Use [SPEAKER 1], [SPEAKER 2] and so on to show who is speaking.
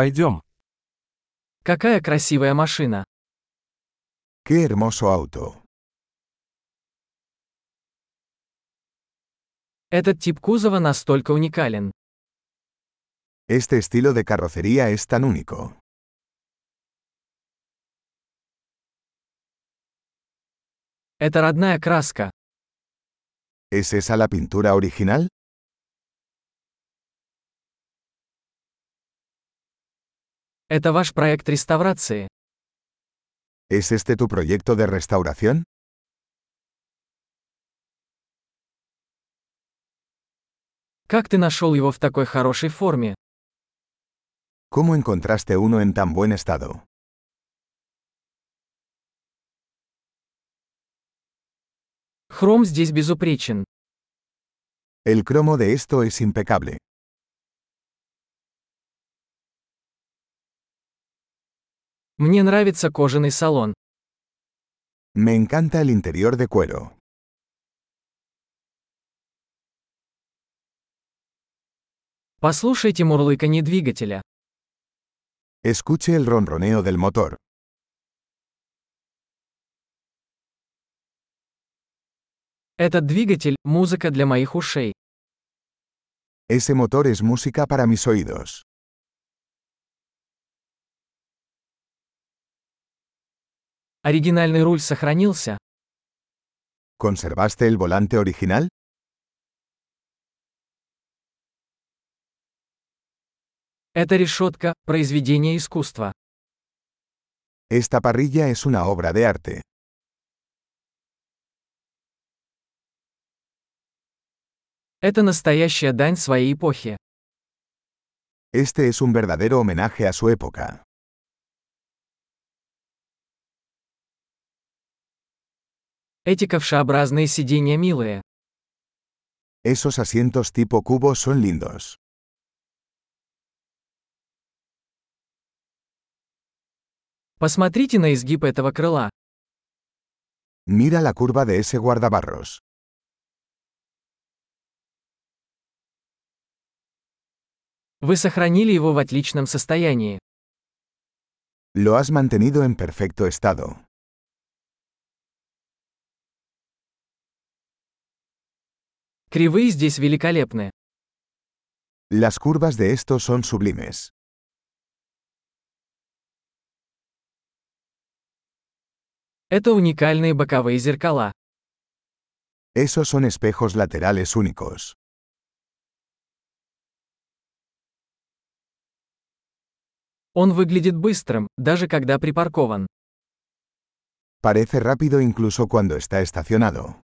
[SPEAKER 1] Пойдем.
[SPEAKER 2] Какая красивая машина.
[SPEAKER 3] Qué hermoso auto.
[SPEAKER 2] Этот тип кузова настолько уникален.
[SPEAKER 3] Este estilo de carrocería es tan único.
[SPEAKER 2] Это родная краска.
[SPEAKER 3] ¿Es esa la pintura original?
[SPEAKER 2] Это ваш проект реставрации.
[SPEAKER 3] ¿Es este tu proyecto de restauración?
[SPEAKER 2] Как ты нашел его в такой хорошей форме?
[SPEAKER 3] ¿Cómo encontraste uno en tan buen estado?
[SPEAKER 2] Хром здесь безупречен.
[SPEAKER 3] El cromo de esto es impecable.
[SPEAKER 2] Мне нравится кожаный салон.
[SPEAKER 3] Me encanta el interior de cuero.
[SPEAKER 2] Послушайте мурлыканье двигателя.
[SPEAKER 3] Escuche el ronroneo del motor.
[SPEAKER 2] Этот двигатель – музыка для моих ушей.
[SPEAKER 3] Ese motor es música para mis oídos.
[SPEAKER 2] Оригинальный руль сохранился.
[SPEAKER 3] ¿Conservaste el volante original?
[SPEAKER 2] Эта решетка – произведение искусства.
[SPEAKER 3] Esta parrilla es una obra de arte.
[SPEAKER 2] Это настоящая дань своей эпохи.
[SPEAKER 3] Este es un verdadero homenaje a su época.
[SPEAKER 2] Эти ковшеобразные сиденья милые.
[SPEAKER 3] Esos asientos tipo cubo son lindos.
[SPEAKER 2] Посмотрите на изгиб этого крыла.
[SPEAKER 3] Mira la curva de ese guardabarros.
[SPEAKER 2] Вы сохранили его в отличном состоянии.
[SPEAKER 3] Lo has mantenido en perfecto estado.
[SPEAKER 2] Кривые здесь великолепны.
[SPEAKER 3] Las curvas de estos son sublimes.
[SPEAKER 2] Это уникальные боковые зеркала.
[SPEAKER 3] Esos son espejos laterales únicos.
[SPEAKER 2] Он выглядит быстрым, даже когда припаркован.
[SPEAKER 3] Parece rápido incluso cuando está estacionado.